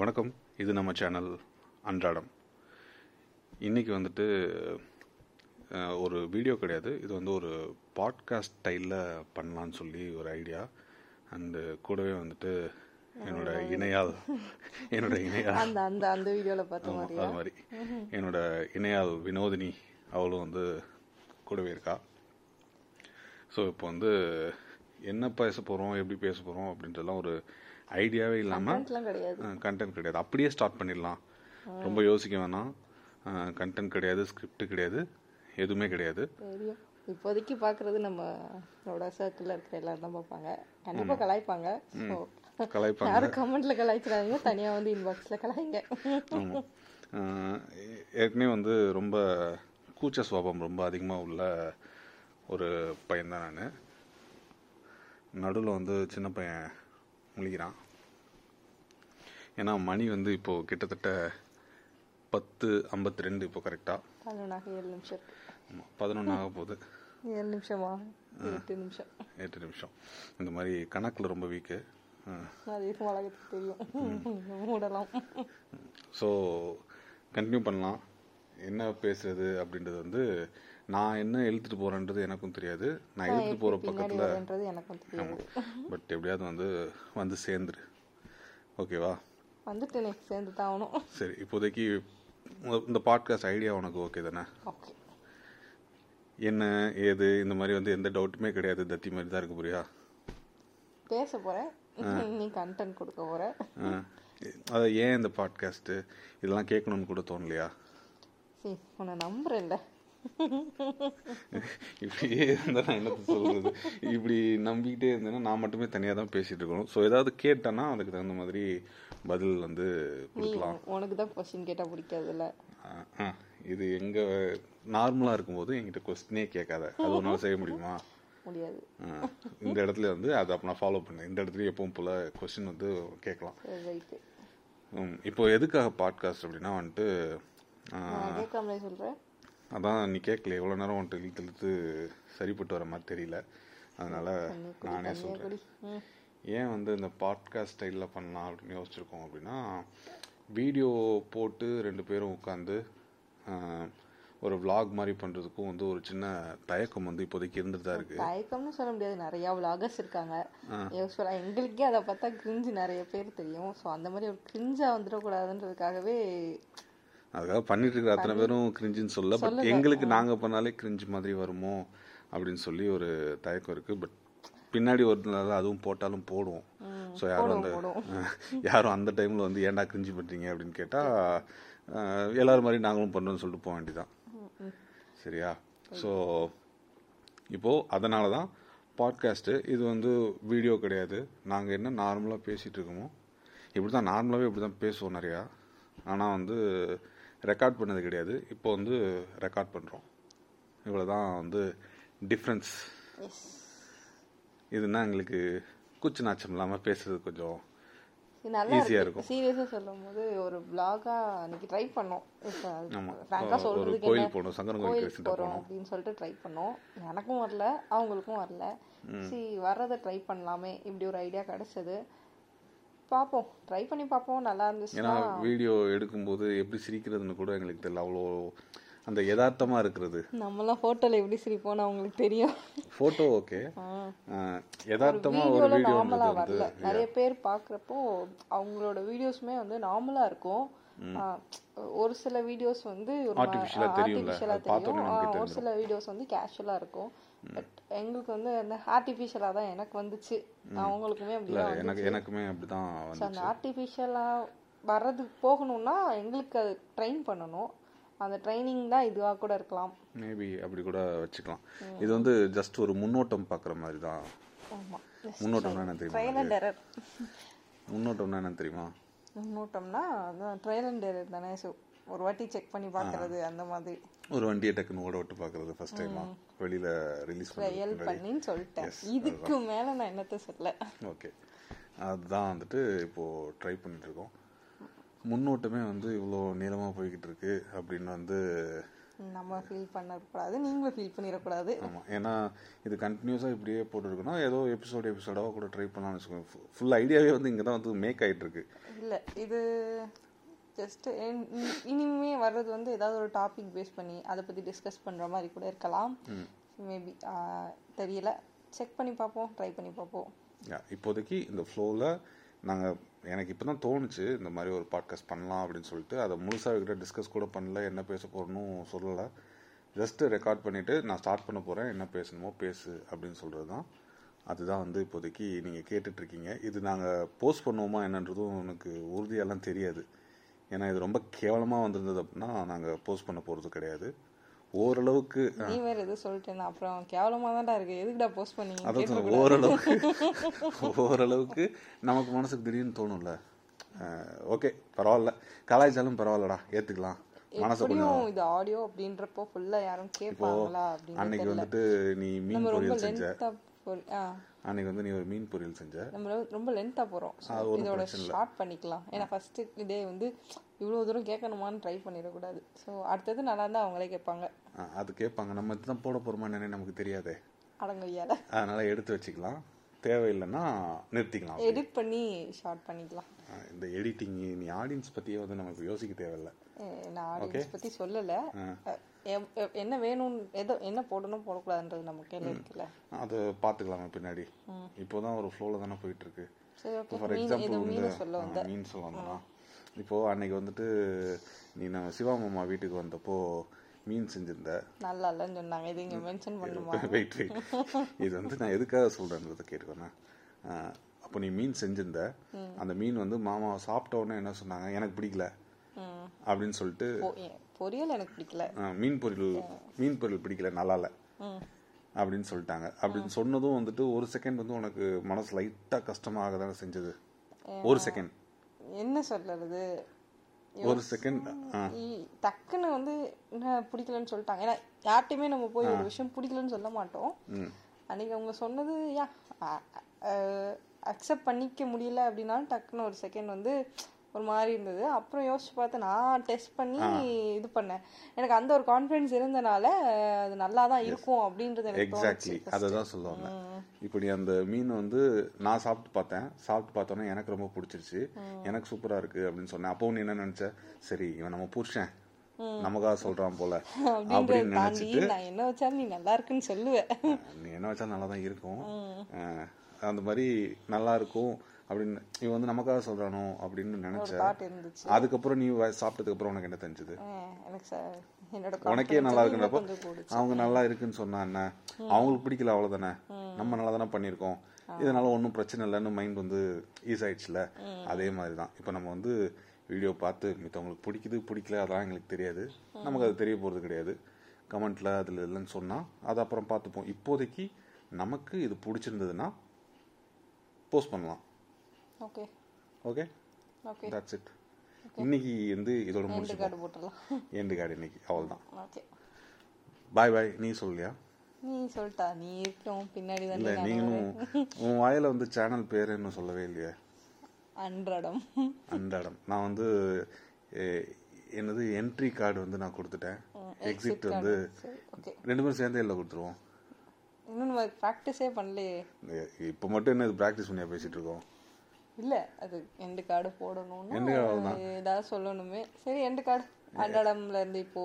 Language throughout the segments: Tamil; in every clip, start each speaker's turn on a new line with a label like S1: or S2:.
S1: வணக்கம் இது நம்ம சேனல் அன்றாடம் இன்றைக்கி வந்துட்டு அஹ், ஒரு வீடியோ கிடையாது இது வந்து ஒரு பாட்காஸ்ட் ஸ்டைலில் பண்ணலான்னு சொல்லி ஒரு ஐடியா அண்டு கூடவே வந்துட்டு என்னோட இணையால் என்னோட இணையால்
S2: அந்த அந்த அந்த வீடியோல பார்த்த
S1: ஆமா,
S2: மாதிரி
S1: அது மாதிரி என்னோட இணையால் வினோதினி அவளும் வந்து கூடவே இருக்கா ஸோ இப்போ வந்து என்ன பேச போகிறோம் எப்படி பேச போகிறோம் அப்படின்றதெல்லாம் ஒரு ஐடியாவே இல்லாமல்
S2: கமெண்ட்லாம் கிடையாது
S1: கண்டென்ட் கிடையாது அப்படியே ஸ்டார்ட் பண்ணிடலாம் ரொம்ப யோசிக்க வேணாம் கண்டென்ட் கிடையாது ஸ்கிரிப்ட் கிடையாது எதுவுமே கிடையாது
S2: தெரியும் இப்போதைக்கு பார்க்கறது நம்மளோட சர்க்கிளில் இருக்கிற எல்லாரும் தான் பார்ப்பாங்க கண்டிப்பா கலாய்ப்பாங்க ஸோ
S1: கலாய்ப்பாங்க
S2: யாரும் கமெண்ட்ல கலாய்ச்சிடாதீங்க தனியா வந்து இன்பாக்ஸ்ல கலாய்ங்க
S1: ஆமாம் அஹ் ஏ- ஏற்கனவே வந்து ரொம்ப கூச்ச சுவாபம் ரொம்ப அதிகமாக உள்ள ஒரு பையன் தான் நான் நடுவில் வந்து சின்ன பையன் முழிக்கிறான் ஏன்னா மணி வந்து இப்போது கிட்டத்தட்ட பத்து ஐம்பத்தி ரெண்டு இப்போ கரெக்டாக
S2: பதினொன்னாக ஏழு நிமிஷம் இருக்கு
S1: பதினொன்று ஆக போகுது
S2: ஏழு நிமிஷமா எட்டு நிமிஷம்
S1: எட்டு நிமிஷம் இந்த மாதிரி கணக்கில் ரொம்ப வீக்கு
S2: அது இருக்கும் உலகத்துக்கு தெரியும் மூடலாம்
S1: ஸோ கண்டினியூ பண்ணலாம் என்ன பேசுறது அப்படின்றது வந்து நான் என்ன எழுத்துட்டு போகிறேன்றது எனக்கும் தெரியாது நான் எழுத்துட்டு போகிற
S2: பின்னாடி
S1: பக்கத்தில்
S2: வரேன்றது எனக்கும் தெரியாது
S1: பட் எப்படியாவது வந்து வந்து சேர்ந்துரு ஓகேவா
S2: வந்துட்டு எனக்கு சேர்ந்து தான் ஆகணும்
S1: சரி இப்போதைக்கு உ- இந்த பாட்காஸ்ட் ஐடியா உனக்கு ஓகே தானே
S2: ஓகே
S1: என்ன ஏது இந்த மாதிரி வந்து எந்த டவுட்டுமே கிடையாது தத்தி மாதிரி தான் இருக்கு புரியா
S2: பேச போறேன் நீ கண்டென்ட் கொடுக்க போற
S1: ஆ. அது ஏன் இந்த பாட்காஸ்ட்டு இதெல்லாம் கேட்கணும்னு கூட தோணலையா
S2: சரி உன்னை நம்புறேன்ல
S1: இப்படியே இருந்தா நான் என்னத்த சொல்றது இப்படி நம்பிக்கிட்டே இருந்தேன்னா நான் மட்டுமே தனியாக தான் பேசிட்டு இருக்கணும் ஸோ ஏதாவது கேட்டேன்னா அதுக்கு தகுந்த மாதிரி பதில் வந்து
S2: நீ
S1: கொடுக்கலாம்
S2: உனக்கு தான் கொஸ்டின் கேட்டா பிடிக்காதுல்ல
S1: ஆஹ், ஆஹ், இது எங்க நார்மலா இருக்கும்போது என்கிட்ட கொஸ்டினே கேட்காத அது உன்னால செய்ய முடியுமா
S2: முடியாது
S1: ஆஹ், இந்த இடத்துல வந்து அதை அப்போ நான் ஃபாலோ பண்ணேன் இந்த இடத்துல எப்பவும் போல கொஸ்டின் வந்து கேட்கலாம்
S2: சரி ரைட்டு
S1: உம், இப்போ எதுக்காக பாட்காஸ்ட் அப்படின்னா வந்துட்டு ஆஹ்,
S2: நான் கேட்காமலே சொல்றேன்
S1: அதான் நீ கேட்கல எவ்வளோ நேரம் வந்துட்டு இழுத்து இழுத்து சரிப்பட்டு வர மாதிரி தெரியல அதனால
S2: தண்ணி குடி,
S1: நானே
S2: தண்ணியை
S1: சொல்கிறேன்
S2: குடி. ம்.
S1: ஏன் வந்து இந்த பாட்காஸ்ட் ஸ்டைலில் பண்ணலாம் அப்படின்னு யோசிச்சிருக்கோம் அப்படின்னா வீடியோ போட்டு ரெண்டு பேரும் உட்காந்து ஒரு vlog மாதிரி பண்ணுறதுக்கும் வந்து ஒரு சின்ன தயக்கம் வந்து இப்போதைக்கு இருந்துட்டு தான் இருக்குது
S2: தயக்கம்னு சொல்ல முடியாது நிறைய விலாகர்ஸ் இருக்காங்க யூஸ்வலா எங்களுக்கே அதை பார்த்தா கிரிஞ்சு நிறைய பேர் தெரியும் ஸோ அந்த மாதிரி ஒரு கிரிஞ்சா வந்துடக்கூடாதுன்றதுக்காகவே
S1: அதுக்காக பண்ணிட்டு இருக்கிற அத்தனை பேரும் கிரிஞ்சுன்னு சொல்ல பட் எங்களுக்கு நாங்கள் பண்ணாலே கிரிஞ்சு மாதிரி வருமோ அப்படின்னு சொல்லி ஒரு தயக்கம் இருக்குது பட் பின்னாடி ஒரு நாள் அதுவும் போட்டாலும் போடுவோம் ஸோ யாரும் அந்த யாரும் அந்த டைமில் வந்து ஏன்டா கிரிஞ்சு பண்ணுறீங்க அப்படின்னு கேட்டால் எல்லாரும் மாதிரி நாங்களும் பண்ணுறோம்னு சொல்லிட்டு போக வேண்டியதான் சரியா ஸோ இப்போது அதனால தான் பாட்காஸ்ட்டு இது வந்து வீடியோ கிடையாது நாங்கள் என்ன நார்மலாக பேசிகிட்டு இருக்கோமோ இப்படி தான் நார்மலாகவே இப்படி தான் பேசுவோம் நிறையா ஆனால் வந்து ரெக்கார்ட் பண்ணது கிடையாது இப்போ வந்து ரெக்கார்ட் பண்ணுறோம் இவ்வளோ தான் வந்து டிஃப்ரென்ஸ்
S2: எஸ்
S1: இதுன்னா எங்களுக்கு குச்சி நாச்சம் இல்லாமல் பேசுறது கொஞ்சம்
S2: நல்லா
S1: Easy-ஆ
S2: இருக்கு சீரியஸா சொல்லும் போது ஒரு பிளாகா அன்னைக்கு ட்ரை பண்ணோம்
S1: ஆமா.
S2: ஃப்ராங்கா
S1: ஒரு
S2: சொல்றதுக்கு
S1: கோயில்
S2: என்ன
S1: போனோம், சங்கரன் கோயிலுக்கு
S2: கோயிலுக்கு
S1: recent-ஆ
S2: போறோம் அப்படின்னு சொல்லிட்டு ட்ரை பண்ணோம் எனக்கும் வரல அவங்களுக்கும் வரல சரி வர்றதை ட்ரை பண்ணலாமே இப்படி ஒரு ஐடியா கிடைச்சது பார்ப்போம் ட்ரை பண்ணி பார்ப்போம் நல்லா
S1: ஏன்னா
S2: இருந்துச்சுன்னா
S1: வீடியோ எடுக்கும்போது எப்படி சிரிக்கிறதுன்னு கூட எங்களுக்கு தெரியல அவ்வளோ அந்த யதார்த்தமாக இருக்கிறது
S2: நம்மளாம் ஃபோட்டோல எப்படி சிரிப்போம்னு அவங்களுக்கு தெரியும்
S1: ஃபோட்டோ ஓகே
S2: ஆ
S1: யதார்த்தமாக ஒரு
S2: வீடியோல நார்மலா
S1: வீடியோன்றது வந்து
S2: வரல நிறைய பேர் பாக்குறப்போ அவங்களோட வீடியோஸ்மே வந்து நார்மலா இருக்கும் ஆ, ஒரு சில வீடியோஸ் வந்து ஒரு மா-
S1: Artificial-ஆ
S2: ஆ,
S1: தெரியும்ல.
S2: artificial-ஆ
S1: அது பார்த்த
S2: தெரியும்.
S1: உடனே
S2: ஆ,
S1: நமக்கு
S2: ஒரு சில வீடியோஸ் வந்து கேஷுவலா இருக்கும் பட் எங்களுக்கு வந்து அந்த ஆர்டிபிஷியலா தான் எனக்கு வந்துச்சு அவங்களுக்குமே அப்படி
S1: இல்ல எனக்கு எனக்குமே அப்படிதான் வந்து
S2: அந்த ஆர்டிஃபிஷியலா வர்றது போகணும்னா எங்களுக்கு அது ட்ரெயின் பண்ணணும் அந்த ட்ரைனிங் தான் இதுவா கூட இருக்கலாம்
S1: மேபி அப்படி கூட வச்சுக்கலாம் இது வந்து ஜஸ்ட் ஒரு முன்னோட்டம் பார்க்குற மாதிரி தான்
S2: ஆமா
S1: முன்னோட்டம்னா என்ன தெரியுமா
S2: ட்ரையல் அண்ட் எரர்
S1: முன்னோட்டம்னா என்ன தெரியுமா
S2: முன்னோட்டம்னா அதான் ட்ரையல் அண்ட் எரர் தானே ஸோ ஒரு வாட்டி செக் பண்ணி பார்க்கறது அந்த மாதிரி
S1: ஒரு வண்டியை டக்குன்னு ஓட விட்டு பார்க்குறது ஃபர்ஸ்ட் டைமா வெளியில ரிலீஸ்
S2: ட்ரையல் பண்ணின்னு சொல்லிட்டேன் இதுக்கு மேல நான் என்னத்த சொல்ல
S1: ஓகே அதுதான் வந்துட்டு இப்போது ட்ரை பண்ணிட்டு இருக்கோம் முன்னோட்டமே வந்து இவ்வளோ நீளமாக போய்கிட்டு இருக்கு அப்படின்னு வந்து
S2: நம்ம ஃபீல் பண்ணக்கூடாது நீங்களும் ஃபீல் பண்ணிடக்கூடாது
S1: ஆமாம் ஏன்னா இது கண்டினியூஸாக இப்படியே போட்டுருக்கணும் ஏதோ எபிசோடு எபிசோடாக கூட ட்ரை பண்ணலாம்னு வச்சுக்கோங்க ஃபுல் ஐடியாவே வந்து இங்கே தான் வந்து மேக் ஆயிட்டு இருக்கு
S2: இல்லை இது ஜஸ்ட் இனிமே வர்றது வந்து ஏதாவது ஒரு டாபிக் பேஸ் பண்ணி அதை பற்றி டிஸ்கஸ் பண்ணுற மாதிரி கூட இருக்கலாம் மேபி தெரியல செக் பண்ணி பார்ப்போம் ட்ரை பண்ணி பார்ப்போம்
S1: Yeah, இப்போதைக்கு இந்த ஃப்ளோவில் நாங்கள் எனக்கு இப்போ தான் தோணுச்சு இந்த மாதிரி ஒரு பாட்காஸ்ட் பண்ணலாம் அப்படின்னு சொல்லிட்டு அதை முழுசாக அவர்கிட்ட டிஸ்கஸ் கூட பண்ணல என்ன பேச போகிறோன்னு சொல்லலை ஜஸ்ட்டு ரெக்கார்ட் பண்ணிவிட்டு நான் ஸ்டார்ட் பண்ண போகிறேன் என்ன பேசணுமோ பேசு அப்படின்னு சொல்கிறது தான் அதுதான் வந்து இப்போதைக்கு நீங்கள் கேட்டுட்ருக்கீங்க இது நாங்கள் போஸ்ட் பண்ணுவோமா என்னன்றதும் எனக்கு உறுதியெல்லாம் தெரியாது ஏன்னா இது ரொம்ப கேவலமாக வந்திருந்தது அப்படின்னா நாங்கள் போஸ்ட் பண்ண போகிறது கிடையாது ஓரளவுக்கு
S2: நீ வேற எதுவும் சொல்லிட்டேன் அப்புறம் கேவலமா தான்டா இருக்கு எதுக்குடா போஸ்ட் பண்ணீங்க
S1: அதான் சொல்றேன், ஓரளவுக்கு ஓரளவுக்கு நமக்கு மனசுக்கு திடீர்னு தோணும்ல ஓகே பரவாயில்ல கலாய்ச்சாலும் பரவாயில்லடா ஏத்துக்கலாம் மனசு கொஞ்சம்
S2: எப்படியும் இது ஆடியோ அப்படின்றப்போ ஃபுல்லா யாரும் கேட்பாங்களா அப்படின்னு
S1: அன்னைக்கு வந்துட்டு நீ மீன்
S2: நம்ம ரொம்ப
S1: பொரியல் செஞ்ச
S2: லென்த்தா ஆ
S1: அன்னைக்கு வந்து நீ ஒரு மீன் பொரியல் செஞ்ச
S2: நம்ம ரொம்ப- ரொம்ப லென்த்தா போறோம் So,
S1: அது ஒண்ணும்
S2: இதோட
S1: பிரச்சனை இல்ல.
S2: ஷார்ட் பண்ணிக்கலாம் ஏன்னா ஃபர்ஸ்ட் டே வந்து இவ்வளவு தூரம் கேட்கணுமான்னு ட்ரை பண்ணிடக்கூடாது ஸோ அடுத்தது நல்லா இருந்தா அவங்களே கேட்பாங்க
S1: ஆ, அது கேட்பாங்க நம்ம இதுதான் போட போறோமா என்னன்னு நமக்கு தெரியாதே
S2: அடங்கொய்யால
S1: அதனால எடுத்து வச்சுக்கலாம் தேவையில்லைன்னா நிறுத்திக்கலாம்
S2: எடிட் பண்ணி ஷார்ட் பண்ணிக்கலாம்
S1: ஆ, இந்த எடிட்டிங் நீ ஆடியன்ஸ் பத்தியே வந்து நமக்கு யோசிக்க தேவையில்ல
S2: அஹ் நான் ஆடியன்ஸ் பத்தி சொல்லல அஹ் எவ்- எவ்- என்ன வேணும் எதோ என்ன போடணும் போடக்கூடாதுன்றது நம்ம கையில இருக்குல்ல
S1: அதை பார்த்துக்கலாமே பின்னாடி இப்போதான் ஒரு ஃப்ளோவில் தானே போயிட்டு இருக்கு
S2: சரி
S1: இப்போ
S2: ஓகே
S1: ஃபார்
S2: மீன்
S1: எக்ஸாம்பிள்
S2: ஏதோ
S1: வந்து
S2: மீனை சொல்ல வந்த
S1: ஆ, மீன் சொல்ல வந்தனா இப்போ அன்னைக்கு வந்துட்டு நீ நம்ம சிவா மாமா வீட்டுக்கு வந்தப்போ மீன் செஞ்சிருந்த
S2: நல்லா இல்லைன்னு சொன்னாங்க இது இங்க மென்ஷன் பண்ணுமா
S1: வெயிட் வெயிட் இது வந்து நான் எதுக்காக சொல்றேன்றத கேட்டுக்கோண்ணா அப்போ நீ மீன் செஞ்சிருந்த அந்த மீன் வந்து மாமா சாப்பிட்ட உடனே என்ன சொன்னாங்க எனக்கு பிடிக்கல
S2: ம்.
S1: அப்படின்னு சொல்லிட்டு
S2: பொ- எ- பொரியல் எனக்கு பிடிக்கல
S1: ஆ, மீன் பொரியல் மீன் பொரியல் பிடிக்கல நல்லா இல்லை
S2: ம்.
S1: அப்படின்னு சொல்லிட்டாங்க அப்படின்னு சொன்னதும் வந்துட்டு ஒரு செகண்ட் வந்து உனக்கு மனசு லைட்டாக கஷ்டமாக தானே செஞ்சது ஒரு செகண்ட்
S2: என்ன சொல்றது
S1: ஒரு செகண்ட் ஆ
S2: இ- டக்குன்னு வந்து என்ன பிடிக்கலன்னு சொல்லிட்டாங்க ஏன்னா யார்ட்டையுமே நம்ம போய் ஒரு விஷயம் பிடிக்கலன்னு சொல்ல மாட்டோம் அன்னைக்கு அவங்க சொன்னது யா அக்செப்ட் பண்ணிக்க முடியல அப்படின்னாலும் டக்குன்னு ஒரு செகண்ட் வந்து ஒரு மாதிரி இருந்தது அப்புறம் யோசிச்சு பார்த்து நான் டெஸ்ட் பண்ணி இது பண்ணேன் எனக்கு அந்த ஒரு கான்ஃபிடன்ஸ் இருந்தனால அஹ், அது நல்லா தான் இருக்கும் அப்படின்றது எனக்கு
S1: எக்ஸாக்ட்லி அதை தான் சொல்லுவாங்க இப்போ நீ அந்த மீன் வந்து நான் சாப்பிட்டு பார்த்தேன் சாப்பிட்டு பார்த்தோன்னே எனக்கு ரொம்ப பிடிச்சிருச்சு எனக்கு சூப்பரா இருக்கு அப்படின்னு சொன்னேன் அப்போ நீ என்ன நினைச்ச சரி இவன் நம்ம புருஷன் நமக்காக சொல்றான் போல
S2: அப்படின்றத
S1: அப்படின்னு
S2: தாண்டி
S1: நினைச்சிட்டு
S2: நான் என்ன வச்சாலும் நீ நல்லா இருக்குன்னு சொல்லுவேன்
S1: நீ என்ன வச்சா நல்லா தான் இருக்கும் அஹ், அந்த மாதிரி நல்லா இருக்கும் அப்படின்னு இவன் வந்து நமக்காக சொல்றானோ அப்படின்னு
S2: ஒரு
S1: நினைச்ச
S2: தாட் இருந்துச்சு
S1: அதுக்கப்புறம் நீ வ- சாப்பிட்டதுக்கு அப்புறம் உனக்கு என்ன தெரிஞ்சது
S2: அஹ், எனக்கு ச- என்னோட
S1: உனக்கே நல்லா
S2: confidence இன்னும்
S1: இருக்குன்றப்போ
S2: கொஞ்சம் கூடுச்சு.
S1: அவங்க நல்லா இருக்குன்னு சொன்னா என்ன அவங்களுக்கு பிடிக்கல அவ்வளவுதானே நம்ம நல்லா தானே பண்ணியிருக்கோம் இதனால ஒன்றும் பிரச்சனை இல்லைன்னு மைண்ட் வந்து ஈஸ் ஆயிடுச்சுல அதே மாதிரி தான் இப்போ நம்ம வந்து வீடியோ பார்த்து மித்தவங்களுக்கு பிடிக்குது பிடிக்கல அதெல்லாம் எங்களுக்கு தெரியாது நமக்கு அது தெரிய போகிறது கிடையாது கமெண்ட்ல அதில் இல்லைன்னு சொன்னால் அது அப்புறம் பார்த்துப்போம் இப்போதைக்கு நமக்கு இது பிடிச்சிருந்ததுன்னா போஸ்ட் பண்ணலாம்
S2: okay
S1: okay
S2: okay
S1: that's it இன்னைக்கு வந்து இதோட
S2: ரெண்டு
S1: முடிச்சு
S2: கார்டு போட்டுடலாம்
S1: எண்டு கார்டு இன்னைக்கு அவ்வளோதான்
S2: ஓகே
S1: பாய் பாய் நீ சொல்லியா
S2: நீ சொல்லிட்டா நீ இருக்கும் பின்னாடி
S1: இல்ல
S2: தானே
S1: நீங்களும் உன் வாயில வந்து சேனல் பேர் என்ன சொல்லவே இல்லையே
S2: அன்றாடம்
S1: அந்த இடம் நான் வந்து எ- என்னது என்ட்ரி கார்டு வந்து நான் கொடுத்துட்டேன் எக்ஸிட் வந்து
S2: ஓகே
S1: ரெண்டு பேரும் சேர்ந்தே இல்லை கொடுத்துருவோம்
S2: இன்னும் நம்ம ப்ராக்டிஸே பண்ணலையே
S1: எ- இப்ப மட்டும் என்ன ப்ராக்டிஸ் பண்ணியா பேசிட்டு இருக்கோம்
S2: இல்ல அது எண்டு கார்டு போடணும்னா
S1: End card அவ்வளவுதான்.
S2: ஏதாவது சொல்லணுமே சரி எண்டு கார்டு அன்றாடம்ல இருந்து இப்போ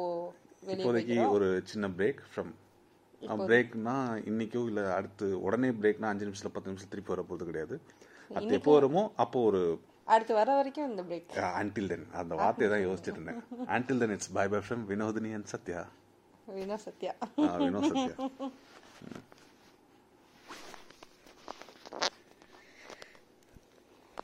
S2: வெளியே
S1: இப்போதைக்கு ஒரு சின்ன பிரேக் ஃப்ரம் பிரேக்னா இன்னைக்கோ இல்ல அடுத்து உடனே பிரேக்னா அஞ்சு நிமிஷத்துல பத்து நிமிஷம் திருப்பி வர போறது கிடையாது அது எப்போ வருமோ அப்போ ஒரு
S2: அடுத்து வர வரைக்கும் இந்த பிரேக்
S1: அன்டில் தென் அந்த வார்த்தையை தான் யோசிச்சுட்டு இருந்தேன் until then it's bye bye from Vinodhini and Sathya
S2: Veena Sathya
S1: Ah, we know Satya. Mm.